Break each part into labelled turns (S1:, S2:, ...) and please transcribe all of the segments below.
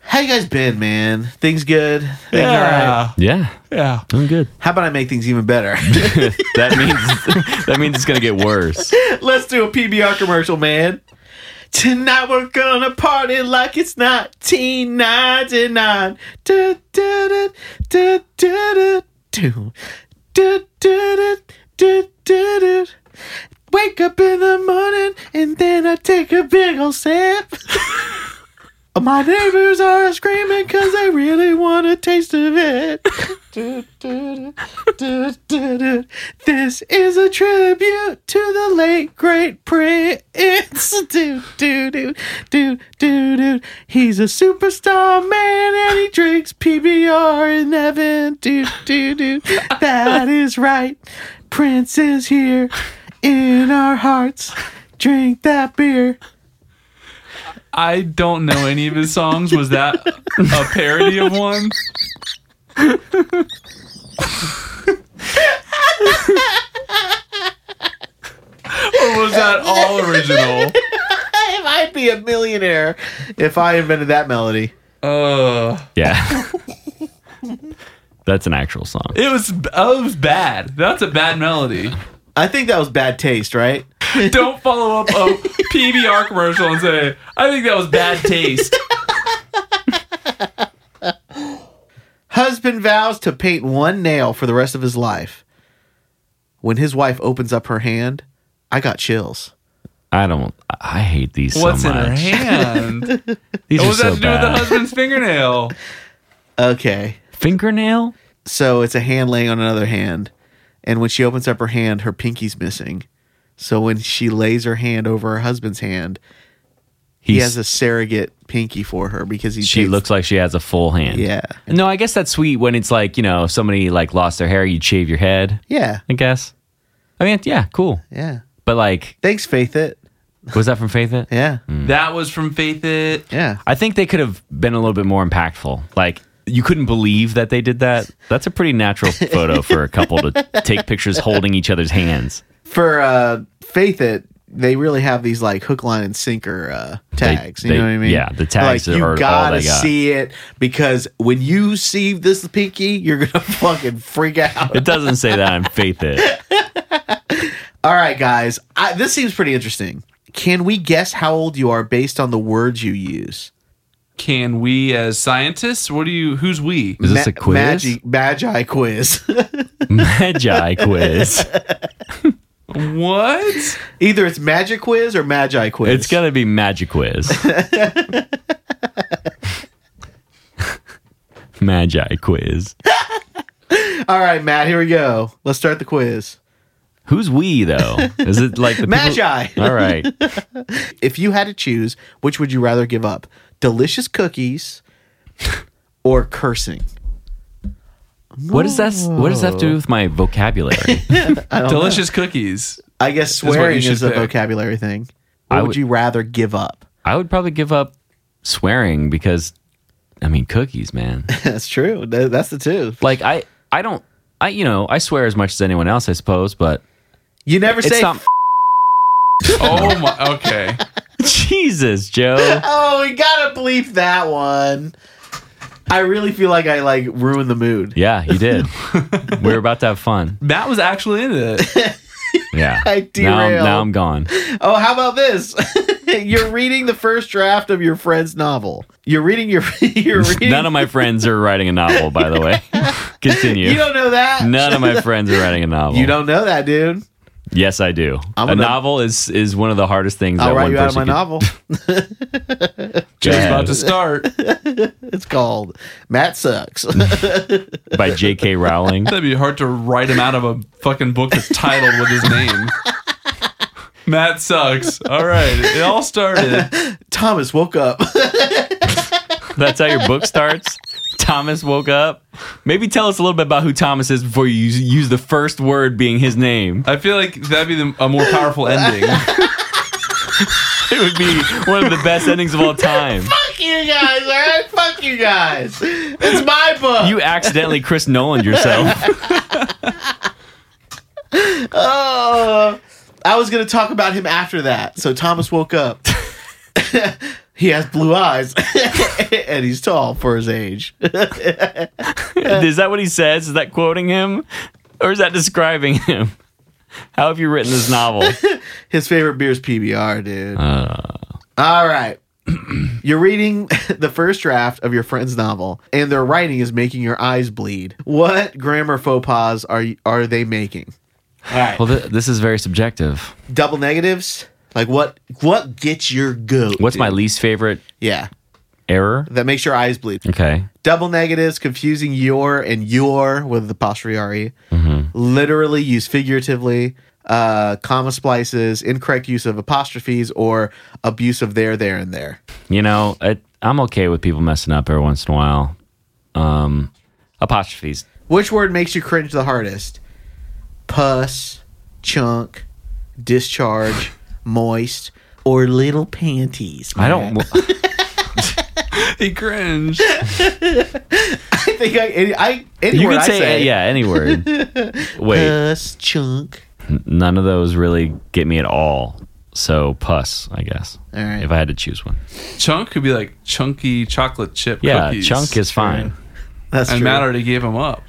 S1: How you guys been, man? Things good? Things all right?
S2: Yeah.
S3: Yeah,
S2: Yeah.
S3: I'm good.
S1: How about I make things even better?
S3: that means that means it's gonna get worse.
S1: Let's do a PBR commercial, man. Tonight we're gonna party like it's 1999. Da, da, da, da, da, da, do. Da, da, da, da, da, da. Wake up in the morning and then I take a big ol' sip. My neighbors are screaming because they really want a taste of it. Do, do, do, do, do, do. This is a tribute to the late great Prince. Do, do, do, do, do, do. He's a superstar man and he drinks PBR in heaven. Do, do, do. That is right. Prince is here in our hearts. Drink that beer.
S2: I don't know any of his songs. Was that a parody of one? or was that all original?
S1: I might be a millionaire if I invented that melody.
S2: Uh,
S3: Yeah, that's an actual song.
S2: it was. Oh, it was bad. That's a bad melody.
S1: I think that was bad taste, right?
S2: Don't follow up a PBR commercial and say, "I think that was bad taste."
S1: Husband vows to paint one nail for the rest of his life. When his wife opens up her hand, I got chills.
S3: I don't. I hate these
S2: What's
S3: so
S2: in her
S3: much.
S2: hand?
S3: These
S2: What
S3: are
S2: does that
S3: so
S2: to do with the
S3: bad.
S2: husband's fingernail?
S1: Okay.
S3: Fingernail.
S1: So it's a hand laying on another hand. And when she opens up her hand, her pinky's missing. So when she lays her hand over her husband's hand, he
S3: He's-
S1: has a surrogate pinky for her because he
S3: She
S1: takes-
S3: looks like she has a full hand.
S1: Yeah.
S3: No, I guess that's sweet when it's like you know somebody like lost their hair, you'd shave your head.
S1: Yeah.
S3: I guess. I mean, yeah, cool.
S1: Yeah.
S3: But like,
S1: Thanks, Faith It.
S3: was that from Faith It?
S1: Yeah.
S2: That was from Faith It.
S1: Yeah.
S3: I think they could have been a little bit more impactful. Like you couldn't believe that they did that. That's a pretty natural photo for a couple to take pictures holding each other's hands.
S1: for uh faith it they really have these like hook line and sinker uh tags you
S3: they-
S1: know what i mean
S3: yeah, the tags
S1: like,
S3: are
S1: you
S3: all they
S1: gotta
S3: got.
S1: see it because when you see this pinky you're gonna fucking freak out
S3: It doesn't say that on Faith It.
S1: all right guys I, this seems pretty interesting can we guess how old you are based on the words you use
S2: Can we, as scientists, what do you? Who's we?
S3: Is this a
S1: Ma-
S3: quiz?
S1: magi- magi quiz
S3: Magi quiz.
S2: What?
S1: either it's magic quiz or magi quiz
S3: It's gonna be magic quiz. Magi quiz.
S1: all right matt here we go let's start the quiz
S3: Who's we though? Is it like the people-
S1: Magi.
S3: All right.
S1: if you had to choose, which would you rather give up? Delicious cookies or cursing?
S3: What does that? What does that have to do with my vocabulary?
S2: Delicious cookies.
S1: I guess
S2: what you
S1: swearing
S2: should
S1: is a
S2: pick.
S1: vocabulary thing. What
S3: I
S1: would
S3: would-
S1: you rather give up?
S3: I would probably give up swearing because, I mean, cookies, man.
S1: That's true. Th- That's the two.
S3: Like I, I don't, I you know, I swear as much as anyone else, I suppose, but
S1: You never
S3: it's
S1: say.
S3: not.
S1: f-
S2: Oh my. Okay.
S3: Jesus, Joe.
S1: oh, we gotta bleep that one. I really feel like I like ruined the mood.
S3: Yeah, you did. we were about to have fun.
S2: Matt was actually in it.
S3: Yeah.
S1: I
S3: now, I'm,
S1: derailed.
S3: now I'm gone.
S1: Oh, how about this? You're reading the first draft of your friend's novel. You're reading your. You're reading.
S3: None of my friends are writing a novel, by the way. Continue.
S1: You don't know that.
S3: None of my friends are writing a novel.
S1: You don't know that, dude.
S3: Yes, I do.
S1: I'm
S3: a
S1: gonna-
S3: novel is is one of the hardest things.
S1: I'll
S3: that
S1: write
S3: one
S1: you out of
S3: person
S1: my
S3: could-
S1: novel.
S2: Joe's about to
S3: Jazz.
S2: start.
S1: It's called Matt Sucks.
S3: by J.K. Rowling.
S2: That'd be hard to write him out of a fucking book that's titled with his name. Matt sucks. All right. It all started.
S1: Thomas woke up.
S3: That's how your book starts. Thomas woke up. Maybe tell us a little bit about who Thomas is before you use, use the first word being his name.
S2: I feel like that'd be the, a more powerful ending.
S3: It would be one of the best endings of all time.
S1: Fuck you guys, all right? Fuck you guys. It's my book.
S3: You accidentally Chris Nolan yourself.
S1: Uh, oh. I was going to talk about him after that. So Thomas woke up. He has blue eyes, and he's tall for his age.
S3: is that what he says? Is that quoting him, or is that describing him? How have you written this novel?
S1: His favorite beer is PBR, dude.
S3: Uh.
S1: All right. You're reading the first draft of your friend's novel, and their writing is making your eyes bleed. What grammar faux pas are y- are they making? All right,
S3: Well, th- this is very subjective.
S1: double negatives. Like what? What gets your goat?
S3: What's my
S1: dude?
S3: least favorite
S1: yeah?
S3: error?
S1: That makes your eyes bleed.
S3: Okay.
S1: Double negatives, confusing your and your with the posteriori.
S3: Mm-hmm.
S1: Literally used figuratively. Uh, comma splices, incorrect use of apostrophes, or abuse of there, there, and there.
S3: You know, it, I'm okay with people messing up every once in a while. Um, apostrophes.
S1: Which word makes you cringe the hardest? Puss, chunk, discharge, moist, or little panties.
S3: I don't.
S2: He cringed.
S1: I think I. Any, I any
S3: you
S1: word
S3: could
S1: I Uh,
S3: say, yeah any word. Wait,
S1: Puss, chunk.
S3: n- none of those really get me at all. So puss, I guess.
S1: All right.
S3: If I had to choose one,
S2: Chunk could be like chunky chocolate chip
S3: yeah,
S2: cookies.
S3: chunk is fine.
S1: That's
S2: And
S1: true.
S2: Matt already gave him up.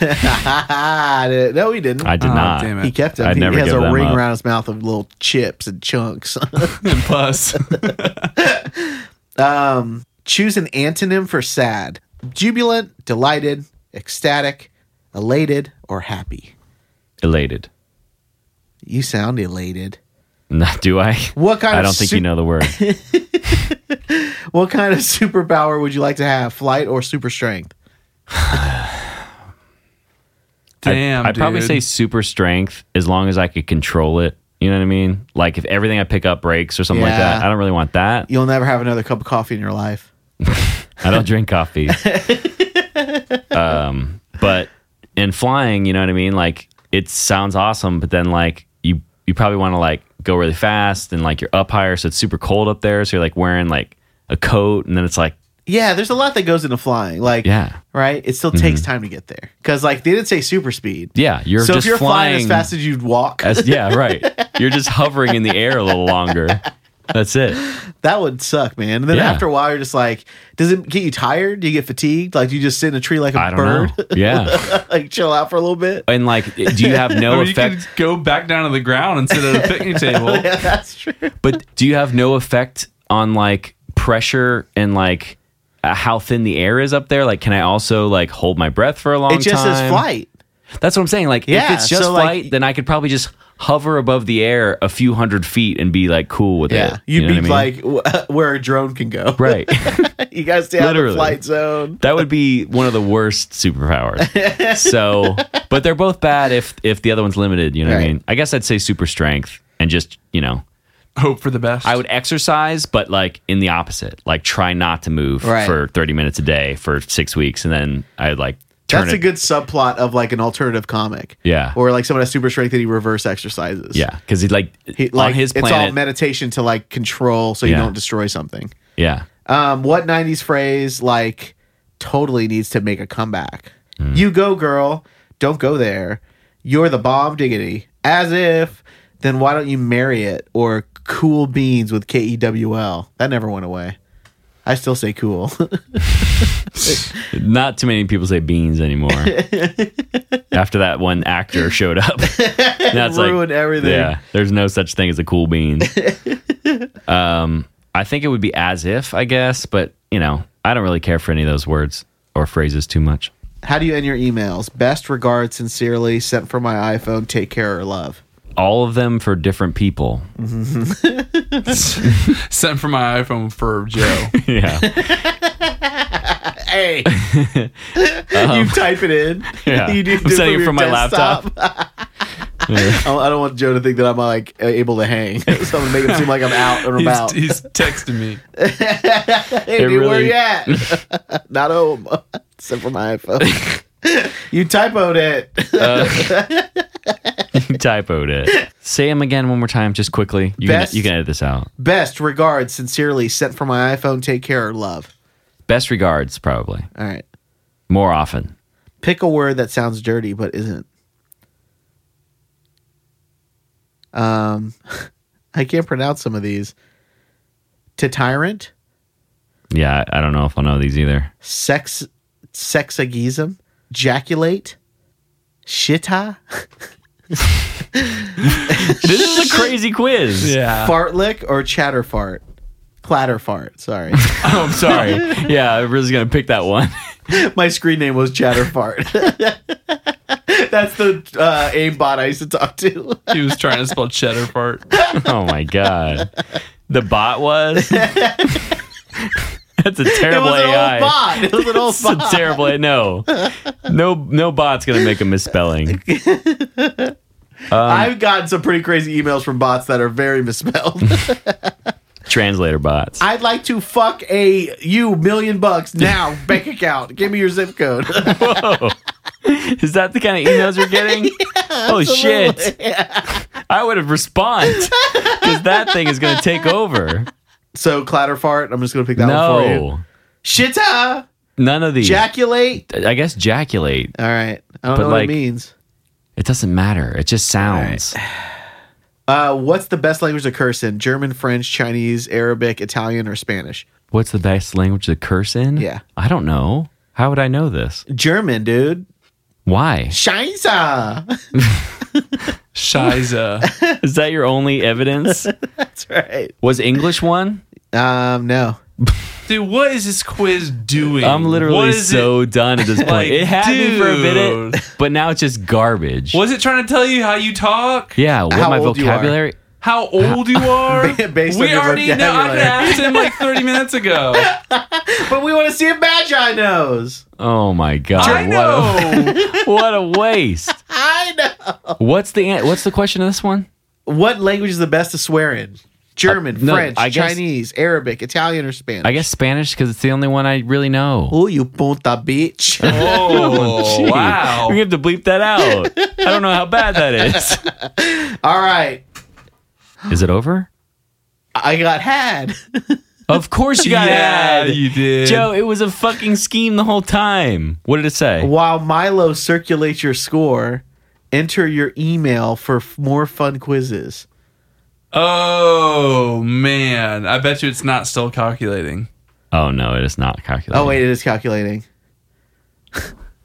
S1: no, he didn't.
S3: I did
S2: Aw,
S3: not.
S2: damn it.
S1: he kept Ah, it.
S3: I'd
S1: He
S3: never
S1: has
S3: give
S1: a
S3: them
S1: ring
S3: up.
S1: around his mouth of little chips and chunks.
S2: And plus,
S1: um, choose an antonym for sad: jubilant, delighted, ecstatic, elated, or happy.
S3: Elated.
S1: You sound elated.
S3: Not do I?
S1: What kind?
S3: I
S1: of
S3: don't think
S1: su-
S3: you know the word.
S1: What kind of superpower would you like to have? Flight or super strength?
S2: damn.
S3: I'd, I'd probably
S2: dude.
S3: say super strength as long as I could control it. You know what I mean? Like if everything I pick up breaks or something like
S1: Yeah.
S3: that, I don't really want that.
S1: You'll never have another cup of coffee in your life.
S3: I don't drink coffee. um, but in flying, you know what I mean? Like it sounds awesome, but then like you you probably want to like go really fast and like you're up higher, so it's super cold up there. So you're like wearing like a coat, and then it's like
S1: Yeah, there's a lot that goes into flying. Like,
S3: yeah,
S1: right? It still takes time to get there because, like, they didn't say super speed.
S3: yeah. You're
S1: so
S3: just
S1: if you're flying,
S3: flying
S1: as fast as you'd walk,
S3: as- yeah, right. You're just hovering in the air a little longer. That's it.
S1: that would suck, man. And then
S3: Yeah.
S1: after a while, you're just like, does it get you tired? Do you get fatigued? Like, do you just sit in a tree like a
S3: I don't
S1: bird,
S3: know. Yeah.
S1: like chill out for a little bit?
S3: and like do you have no
S2: Or you
S3: effect
S2: could go back down to the ground and sit at a picnic table.
S1: yeah, that's true.
S3: but do you have no effect on like pressure and like uh, how thin the air is up there like can i also like hold my breath for a long
S1: It just
S3: time
S1: says flight.
S3: that's what i'm saying like
S1: Yeah,
S3: if it's just
S1: so, like-
S3: flight then i could probably just hover above the air a few hundred feet and be like cool with
S1: Yeah,
S3: it
S1: you'd
S3: know
S1: be
S3: what I mean?
S1: like w- where a drone can go.
S3: right
S1: you guys stay out of the
S3: Literally.
S1: flight zone.
S3: that would be one of the worst superpowers so but they're both bad if if the other one's limited you know what i
S1: Right.
S3: mean i guess i'd say super strength and just you know
S2: Hope for the best.
S3: I would exercise, but like in the opposite, like try not to move
S1: Right.
S3: for 30 minutes a day for six weeks. And then I'd like turn
S1: That's
S3: it.
S1: a good subplot of like an alternative comic.
S3: Yeah.
S1: Or like someone has super strength and he reverse exercises.
S3: yeah. Cause he'd like,
S1: He, like,
S3: on his
S1: it's all
S3: planet.
S1: meditation to like control so you
S3: Yeah.
S1: don't destroy something.
S3: yeah.
S1: Um, what 90s phrase like totally needs to make a comeback? You go, girl. Don't go there. You're the bomb diggity. As if, then why don't you marry it? Or cool beans with K E W L. That never went away. I still say cool.
S3: Not too many people say beans anymore. After that one actor showed up, that's
S1: Ruined everything.
S3: Yeah. There's no such thing as a cool bean. um, I think it would be as if, I guess, but you know, I don't really care for any of those words or phrases too much.
S1: How do you end your emails? Best regards, sincerely, sent from my iPhone. Take care or love.
S3: All of them for different people.
S2: sent for my iPhone for Joe.
S3: yeah.
S1: Hey, you type it in.
S3: Um, Yeah.
S1: you do
S3: I'm sending it
S1: your
S3: from my laptop.
S1: desktop. I I don't want Joe to think that I'm like uh, able to hang. so I'm gonna make it seem like I'm out and
S2: He's,
S1: about.
S2: he's texting me.
S1: hey, dude, where
S3: really-
S1: you at? Not home. Sent from my iPhone. you typoed it.
S3: You typoed it. Say them again one more time, just quickly. You,
S1: Best-
S3: can, you can edit this out.
S1: Best regards, sincerely, sent from my iPhone. Take care or love.
S3: Best regards, probably
S1: All right.
S3: more often.
S1: Pick a word that sounds dirty but isn't. Um, I can't pronounce some of these. To tyrant,
S3: Yeah, I, I don't know if I'll know these either.
S1: sex sexagism, jaculate, shita,
S3: This is a crazy quiz.
S2: Yeah.
S1: fartlick, or chatter fart. Clatter fart, sorry.
S3: Oh, I'm sorry. Yeah, I was gonna pick that one.
S1: My screen name was Chatter Fart. That's the uh, aimbot I used to talk to.
S2: He was trying to spell cheddar fart.
S3: oh my god, the bot was. That's a
S1: It
S3: terrible
S1: was an
S3: AI.
S1: old bot. It was an old
S3: It's a
S1: bot.
S3: terrible. No, no, no bot's gonna make a misspelling. Um,
S1: I've gotten some pretty crazy emails from bots that are very misspelled.
S3: Translator bots.
S1: I'd like to fuck a you million bucks now bank account. Give me your zip code.
S3: Is that the kind of emails you're getting? Holy shit! I would have responded because that thing is gonna take over.
S1: so clatter fart. I'm just gonna pick that one for you.
S3: No,
S1: Shita,
S3: none of these.
S1: jaculate.
S3: I guess jaculate.
S1: All right, I don't
S3: But
S1: know
S3: like-
S1: what it means.
S3: It doesn't matter. It just sounds.
S1: Uh, what's the best language to curse in? German, French, Chinese, Arabic, Italian, or Spanish?
S3: What's the best language to curse in?
S1: Yeah.
S3: I don't know. How would I know this?
S1: German, dude.
S3: Why?
S1: Scheiße.
S2: Shiza.
S3: Is that your only evidence?
S1: That's right.
S3: Was English one?
S1: Um, no.
S2: Dude, what is this quiz doing?
S3: I'm
S2: What
S3: literally
S2: is
S3: so done at this point.
S2: Like,
S3: it had me for a minute,
S2: dude.
S3: but now it's just garbage.
S2: It, was it trying to tell you how you talk?
S3: Yeah, what
S1: How
S3: my
S1: old you are.
S3: vocabulary?
S2: How old you are?
S1: Based on
S2: we
S1: your
S2: already know. I could
S1: vocabulary.
S2: asked him like 30 minutes ago.
S1: But we want to see if Magi knows.
S3: Oh my god!
S2: I know.
S3: What a, what a waste.
S1: I know.
S3: What's the an- what's the question of this one?
S1: What language is the best to swear in? German,
S3: Uh, no,
S1: French,
S3: I guess-
S1: Chinese, Arabic, Italian, or Spanish?
S3: I guess Spanish because it's the only one I really know.
S1: Oh, you punta bitch.
S2: Oh,
S3: Gee,
S2: wow.
S3: We have to bleep that out. I don't know how bad that is.
S1: All right.
S3: Is it over?
S1: I got had.
S3: Of course you got
S2: yeah,
S3: ad.
S2: you did.
S3: Joe, it was a fucking scheme the whole time. What did it say?
S1: While Milo circulates your score, enter your email for f- more fun quizzes.
S2: Oh, man. I bet you it's not still calculating.
S3: Oh no, it is not calculated.
S1: Oh, wait, it is calculating.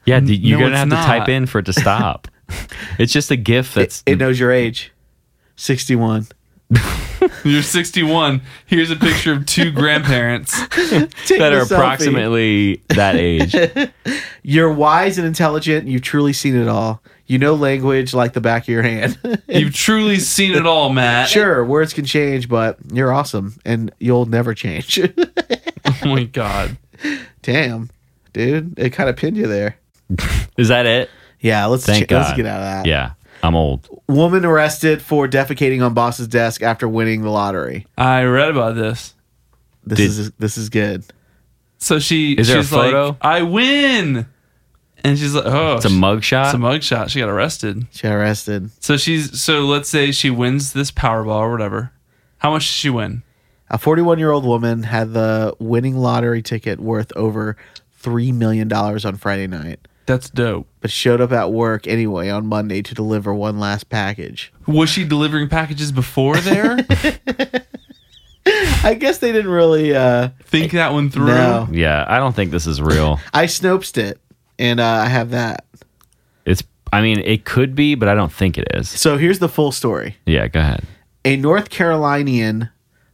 S3: yeah, d- you're
S2: No,
S3: gonna
S2: it's
S3: have
S2: not.
S3: to type in for it to stop. it's just a GIF that's.
S1: It knows your age 61.
S2: You're 61. Here's a picture of two grandparents.
S1: Take
S3: that
S1: the
S3: are
S1: selfie.
S3: approximately that age.
S1: You're wise and intelligent. You've truly seen it all. You know language like the back of your hand.
S2: You've truly seen it all, Matt.
S1: sure, words can change, but you're awesome and you'll never change.
S2: Oh, my God.
S1: Damn, dude, it kind of pinned you there.
S3: Is that it?
S1: Yeah, let's
S3: Thank
S1: ch- let's
S3: God.
S1: get out of that.
S3: Yeah, I'm old.
S1: Woman arrested for defecating on boss's desk after winning the lottery.
S2: I read about this.
S1: This
S3: Did-
S1: is this is good.
S2: So she
S3: Is there a
S2: she's
S3: photo?
S2: like, I win. And she's like, oh,
S3: It's a
S2: It's a
S3: mugshot.
S2: mugshot. She got arrested.
S1: She got arrested
S2: So she's so let's say she wins this Powerball or whatever. How much did she win?
S1: a 41 year old woman had the winning lottery ticket worth over three million dollars on Friday night,
S2: That's dope.
S1: but showed up at work anyway on Monday to deliver one last package.
S2: Was she delivering packages before there?
S1: I guess they didn't really. uh
S2: Think that one through.
S1: No.
S3: yeah, I don't think this is real.
S1: I snoped it, and uh, I have that.
S3: It's. I mean, it could be, but I don't think it is.
S1: So here's the full story.
S3: Yeah, go ahead.
S1: A North Carolinian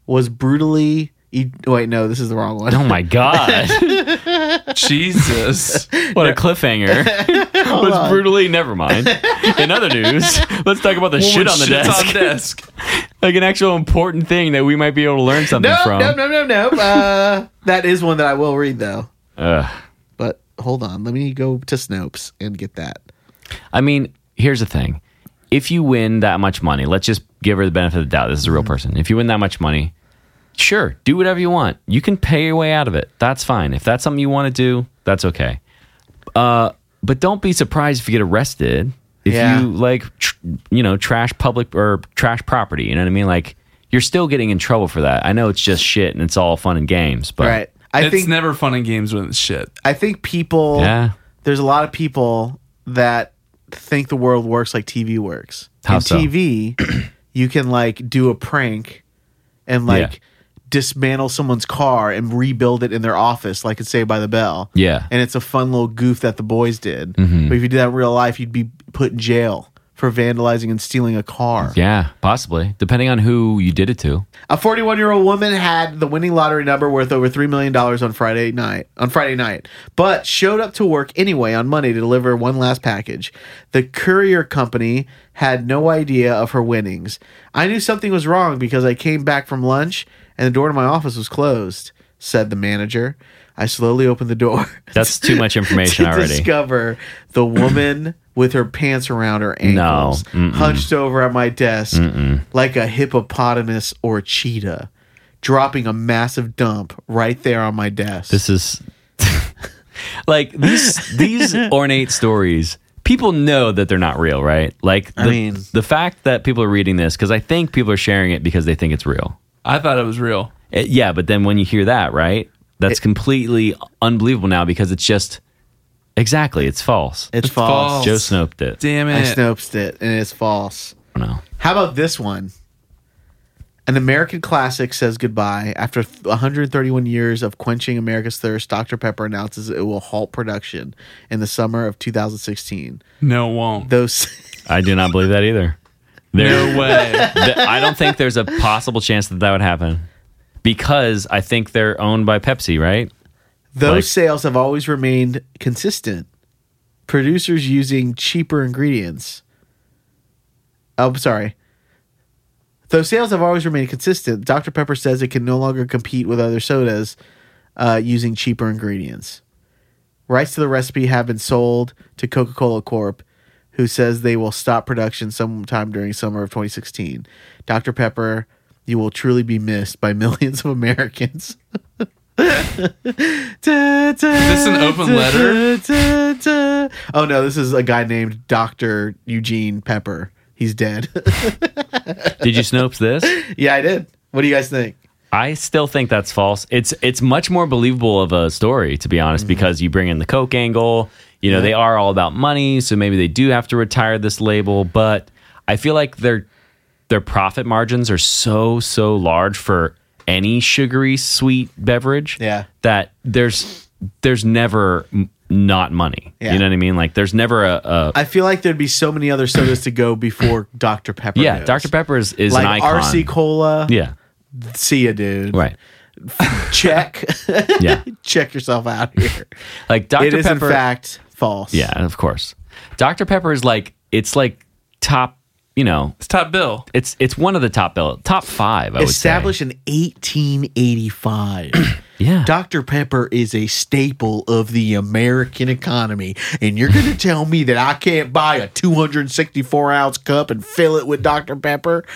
S1: was brutally. E- wait, no, this is the wrong one.
S3: Oh my god!
S2: Jesus.
S3: What a cliffhanger! was brutally. Never mind. In other news, let's talk about the shit
S2: Woman
S3: on the
S2: shits
S3: desk.
S2: On desk.
S3: like an actual important thing that we might be able to learn something
S1: No,
S3: from.
S1: no, no, no, no. Uh, that is one that I will read though.
S3: Ugh.
S1: But hold on, let me go to Snopes and get that.
S3: I mean, here's the thing. If you win that much money, let's just give her the benefit of the doubt. This is a real
S1: Mm-hmm.
S3: person. If you win that much money, sure, do whatever you want. You can pay your way out of it. That's fine. If that's something you want to do, that's okay. Uh, but don't be surprised if you get arrested. If
S1: Yeah.
S3: you like, tr- you know, trash public or trash property, you know what I mean? Like, you're still getting in trouble for that. I know it's just shit and it's all fun and games, but
S1: right. I
S2: it's
S1: think
S2: never fun and games when it's shit.
S1: I think people.
S3: Yeah.
S1: There's a lot of people that think the world works like TV works.
S3: How
S1: In
S3: so?
S1: TV, you can like do a prank and like dismantle someone's car and rebuild it in their office, like it's Saved by the Bell.
S3: Yeah. Mm-hmm.
S1: and it's a fun little goof that the boys did. But if you did that in real life, you'd be put in jail for vandalizing and stealing a car.
S3: Yeah, possibly. Depending on who you did it to.
S1: A 41 year old woman had the winning lottery number worth over $3 million on Friday night, on Friday night, but showed up to work anyway on Monday to deliver one last package. The courier company had no idea of her winnings. I knew something was wrong because I came back from lunch and the door to my office was closed, said the manager. I slowly opened the door.
S3: That's too much information
S1: to
S3: already.
S1: discover the woman with her pants around her
S3: No.
S1: ankles, hunched over at my desk like a hippopotamus or cheetah, dropping a massive dump right there on my desk.
S3: This is like these these ornate stories. People know that they're not real, right? Like the,
S1: I mean-
S3: the fact that people are reading this because I think people are sharing it because they think it's real.
S2: I thought it was real.
S3: Uh, yeah, but then when you hear that, right? That's completely unbelievable now because it's just exactly it's false.
S1: it's
S2: It's
S1: false.
S2: false.
S3: Joe Snoped it.
S2: Damn
S1: I
S2: it.
S1: snopes it, and it's false.
S3: I don't know.
S1: How about this one? An American classic says goodbye. After th- 131 years of quenching America's thirst, Dr. Pepper announces it will halt production in the summer of 2016.
S2: No, it won't.
S1: Those.
S3: I do not believe that either. There,
S2: No way.
S3: th- I don't think there's a possible chance that that would happen because I think they're owned by Pepsi, right?
S1: Those
S3: Like-
S1: sales have always remained consistent. Producers using cheaper ingredients. Oh, I'm sorry. Though sales have always remained consistent, Dr. Pepper says it can no longer compete with other sodas uh, using cheaper ingredients. Rights to the recipe have been sold to Coca Cola Corp., who says they will stop production sometime during summer of 2016. Dr. Pepper, you will truly be missed by millions of Americans. Is
S2: this an open letter?
S1: Oh no, this is a guy named Dr. Eugene Pepper. He's dead.
S3: Did you Snopes this?
S1: yeah, I did. What do you guys think?
S3: I still think that's false. It's it's much more believable of a story to be honest
S1: Mm-hmm.
S3: because you bring in the Coke angle. You know, they are all about money, so maybe they do have to retire this label, but I feel like their their profit margins are so so large for any sugary sweet beverage
S1: Yeah.
S3: that there's there's never m- not money.
S1: Yeah.
S3: You know what I mean? Like there's never a, a
S1: I feel like there'd be so many other sodas to go before Dr. Pepper.
S3: yeah,
S1: goes.
S3: Dr. Pepper is, is an
S1: Like
S3: icon.
S1: RC Cola.
S3: yeah.
S1: See ya, dude.
S3: Right.
S1: Check.
S3: Yeah.
S1: Check yourself out here.
S3: Like Dr.
S1: it is,
S3: Pepper
S1: in fact, false.
S3: Yeah, of course. Dr. Pepper is like it's like top, you know,
S2: It's top bill.
S3: it's it's one of the top bill, top five. I would
S1: Established in 1885.
S3: say. Yeah,
S1: Dr. Pepper is a staple of the American economy, and you're going to tell me that I can't buy a 264 ounce cup and fill it with Dr. Pepper?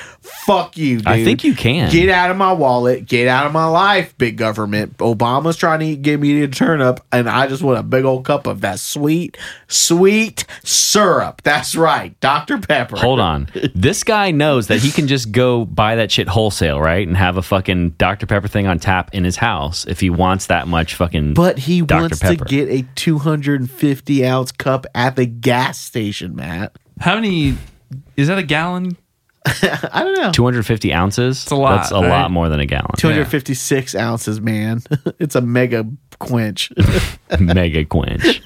S1: Fuck you, dude.
S3: I think you can.
S1: Get out of my wallet. Get out of my life, big government. Obama's trying to get me to turn up, and I just want a big old cup of that sweet, sweet syrup. That's right, Dr. Pepper.
S3: Hold on, this guy knows that he can just go buy that shit wholesale, right, and have a fucking Dr. Pepper thing on tap in his house if he wants that much fucking.
S1: But he
S3: Dr.
S1: wants to
S3: Pepper.
S1: get a 250 ounce cup at the gas station, Matt.
S2: How many? Is that a gallon?
S1: I don't know.
S3: 250 ounces. It's
S2: a lot,
S3: That's a
S2: right?
S3: lot more than a gallon.
S1: 256 ounces, man. it's a mega quench.
S3: Mega quench.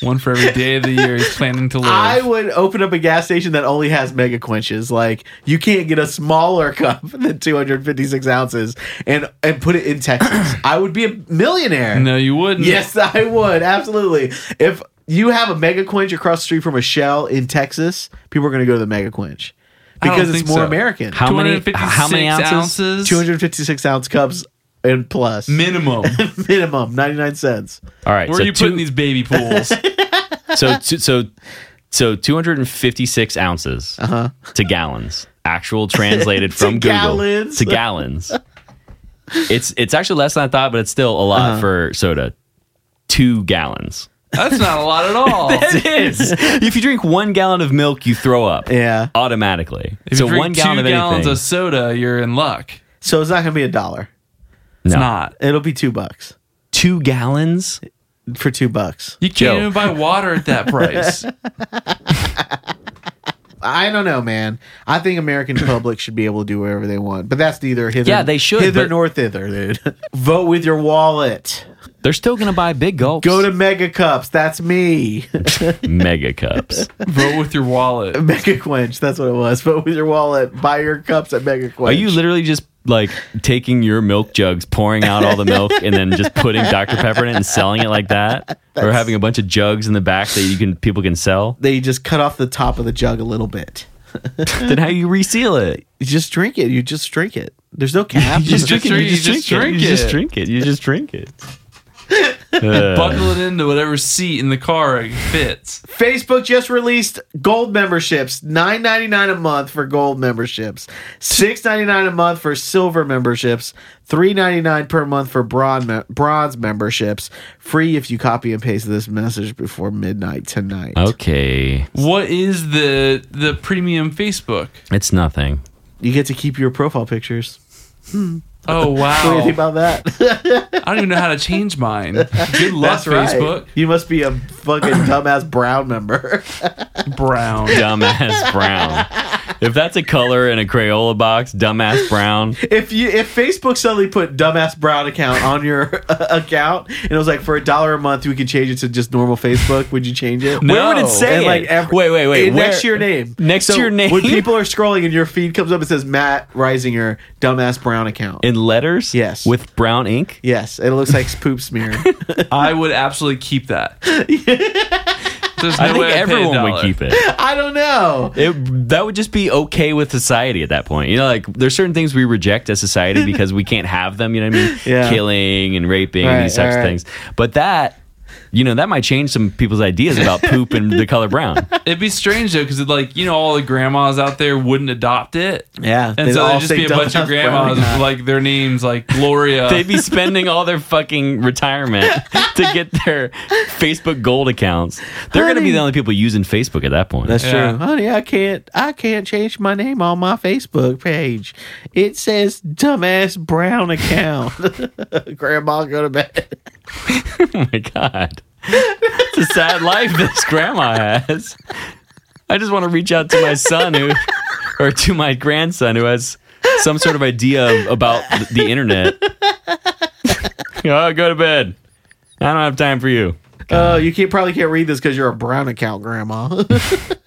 S2: One for every day of the year he's planning to live.
S1: I would open up a gas station that only has mega quenches. Like you can't get a smaller cup than 256 ounces and and put it in Texas. I would be a millionaire.
S2: no, you wouldn't.
S1: Yes, I would. Absolutely. If you have a mega quench across the street from a Shell in Texas, people are going to go to the mega quench
S2: I don't
S1: because it's
S2: think
S1: more
S2: so.
S1: American.
S3: How many?
S2: 256
S3: How many ounces?
S2: ounces?
S1: 256 ounce cups and plus
S2: minimum.
S1: minimum 99 cents.
S3: All right.
S2: Where
S3: so
S2: are you
S3: two,
S2: putting these baby pools?
S3: so two, so so 256 ounces
S1: Uh-huh.
S3: to gallons actual translated from google
S1: gallons.
S3: to gallons it's it's actually less than i thought but it's still a lot
S1: Uh-huh.
S3: for soda two gallons
S2: That's not a lot at all.
S3: it is if you drink one gallon of milk you throw up
S1: Yeah.
S3: automatically
S2: If
S3: so
S2: you drink
S3: one gallon
S2: two
S3: of
S2: gallons
S3: anything
S2: of soda, you're in luck.
S1: So it's not going to be a dollar.
S2: It's
S3: No.
S2: not.
S1: It'll be 2 bucks.
S3: two gallons
S1: for two bucks.
S2: You can't
S3: Joe.
S2: even buy water at that price.
S1: I don't know, man. I think American public should be able to do whatever they want, but that's neither hither.
S3: Yeah, they should,
S1: hither
S3: but-
S1: nor thither, dude. Vote with your wallet.
S3: They're still gonna buy big gulps.
S1: Go to Mega Cups. That's me.
S3: mega cups.
S2: Vote with your wallet.
S1: Mega Quench. That's what it was. Vote with your wallet. Buy your cups at Mega Quench.
S3: Are you literally just like taking your milk jugs, pouring out all the milk, and then just putting Dr Pepper in it and selling it like that, or having a bunch of jugs in the back that you can people can sell?
S1: they just cut off the top of the jug a little bit.
S3: then how you reseal it?
S1: You just drink it. You just drink it. There's no cap.
S2: You just drink it, you just drink
S3: You just
S2: it.
S3: drink it. You just drink it.
S1: Uh,
S2: Buckle it into whatever seat in the car it fits.
S1: Facebook just released gold memberships, nine ninety nine a month for gold memberships, six ninety nine a month for silver memberships, three ninety nine per month for bronze me- bronze memberships. Free if you copy and paste this message before midnight tonight.
S2: Oh.
S3: Okay,
S2: What is the the premium Facebook?
S3: it's nothing.
S1: You get to keep your profile pictures.
S2: Oh
S1: What do you think
S2: wow!
S1: about that?
S2: I don't even know how to change mine. Good luck, Facebook.
S1: You must be a fucking dumbass brown member.
S2: Brown.
S3: Dumbass brown. If that's a color in a Crayola box, dumbass brown.
S1: if you if Facebook suddenly put dumbass brown account on your uh, account and it was like for a dollar a month we could change it to just normal Facebook, would you change it?
S3: Where would it say
S1: And,
S3: it?
S1: like every,
S3: wait, wait, wait.
S1: in
S3: where-
S1: next to your name.
S3: Next to your name?
S1: When people are scrolling and your feed comes up, it says Matt Reisinger dumbass brown account.
S3: in letters?
S1: Yes.
S3: With brown ink?
S1: yes, it looks like poop smear.
S2: I would absolutely keep that. There's no
S3: I think
S2: way I'd pay a
S3: everyone would
S2: dollar.
S3: keep it.
S1: I don't know.
S3: it. That would just be okay with society at that point. You know, like there's certain things we reject as society because we can't have them, you know what I mean?
S1: Yeah.
S3: Killing and raping and
S1: Right,
S3: these types
S1: right.
S3: of things. But that, you know, that might change some people's ideas about poop and the color brown.
S2: It'd be strange though, because like you know, all the grandmas out there wouldn't adopt it,
S1: Yeah,
S2: and
S1: they'd
S2: so
S1: all
S2: there'd just
S1: say
S2: be a bunch
S1: dumbass
S2: of
S1: brown
S2: grandmas with,
S1: account.
S2: like their names like Gloria.
S3: They'd be spending all their fucking retirement to get their Facebook gold accounts. They're going to be
S1: Honey.
S3: the only people using Facebook at that point.
S1: That's
S2: Yeah.
S1: true, honey. I can't. I can't change my name on my Facebook page. It says dumbass brown account. Grandma, go to bed.
S3: Oh my god. It's a sad life this grandma has. I just want to reach out to my son who or to my grandson who has some sort of idea of, about the internet. oh, go to bed. I don't have time for you.
S1: Oh, you can't probably can't read this because you're a brown account, Grandma.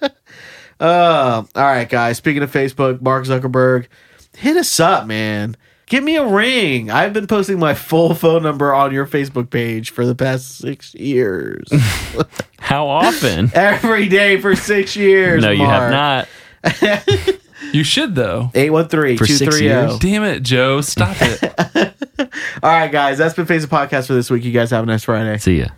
S1: uh, all right, guys. Speaking of Facebook, Mark Zuckerberg, hit us up, man. Give me a ring. I've been posting my full phone number on your Facebook page for the past six years,
S3: How often?
S1: every day for six years.
S3: No, you have
S1: Mark.
S3: not.
S2: you should though.
S1: 813
S3: For six
S1: 230.
S3: years?
S2: Damn it, Joe! Stop it.
S1: All right, guys. That's been Facebook Podcast for this week. You guys have a nice Friday.
S3: See ya.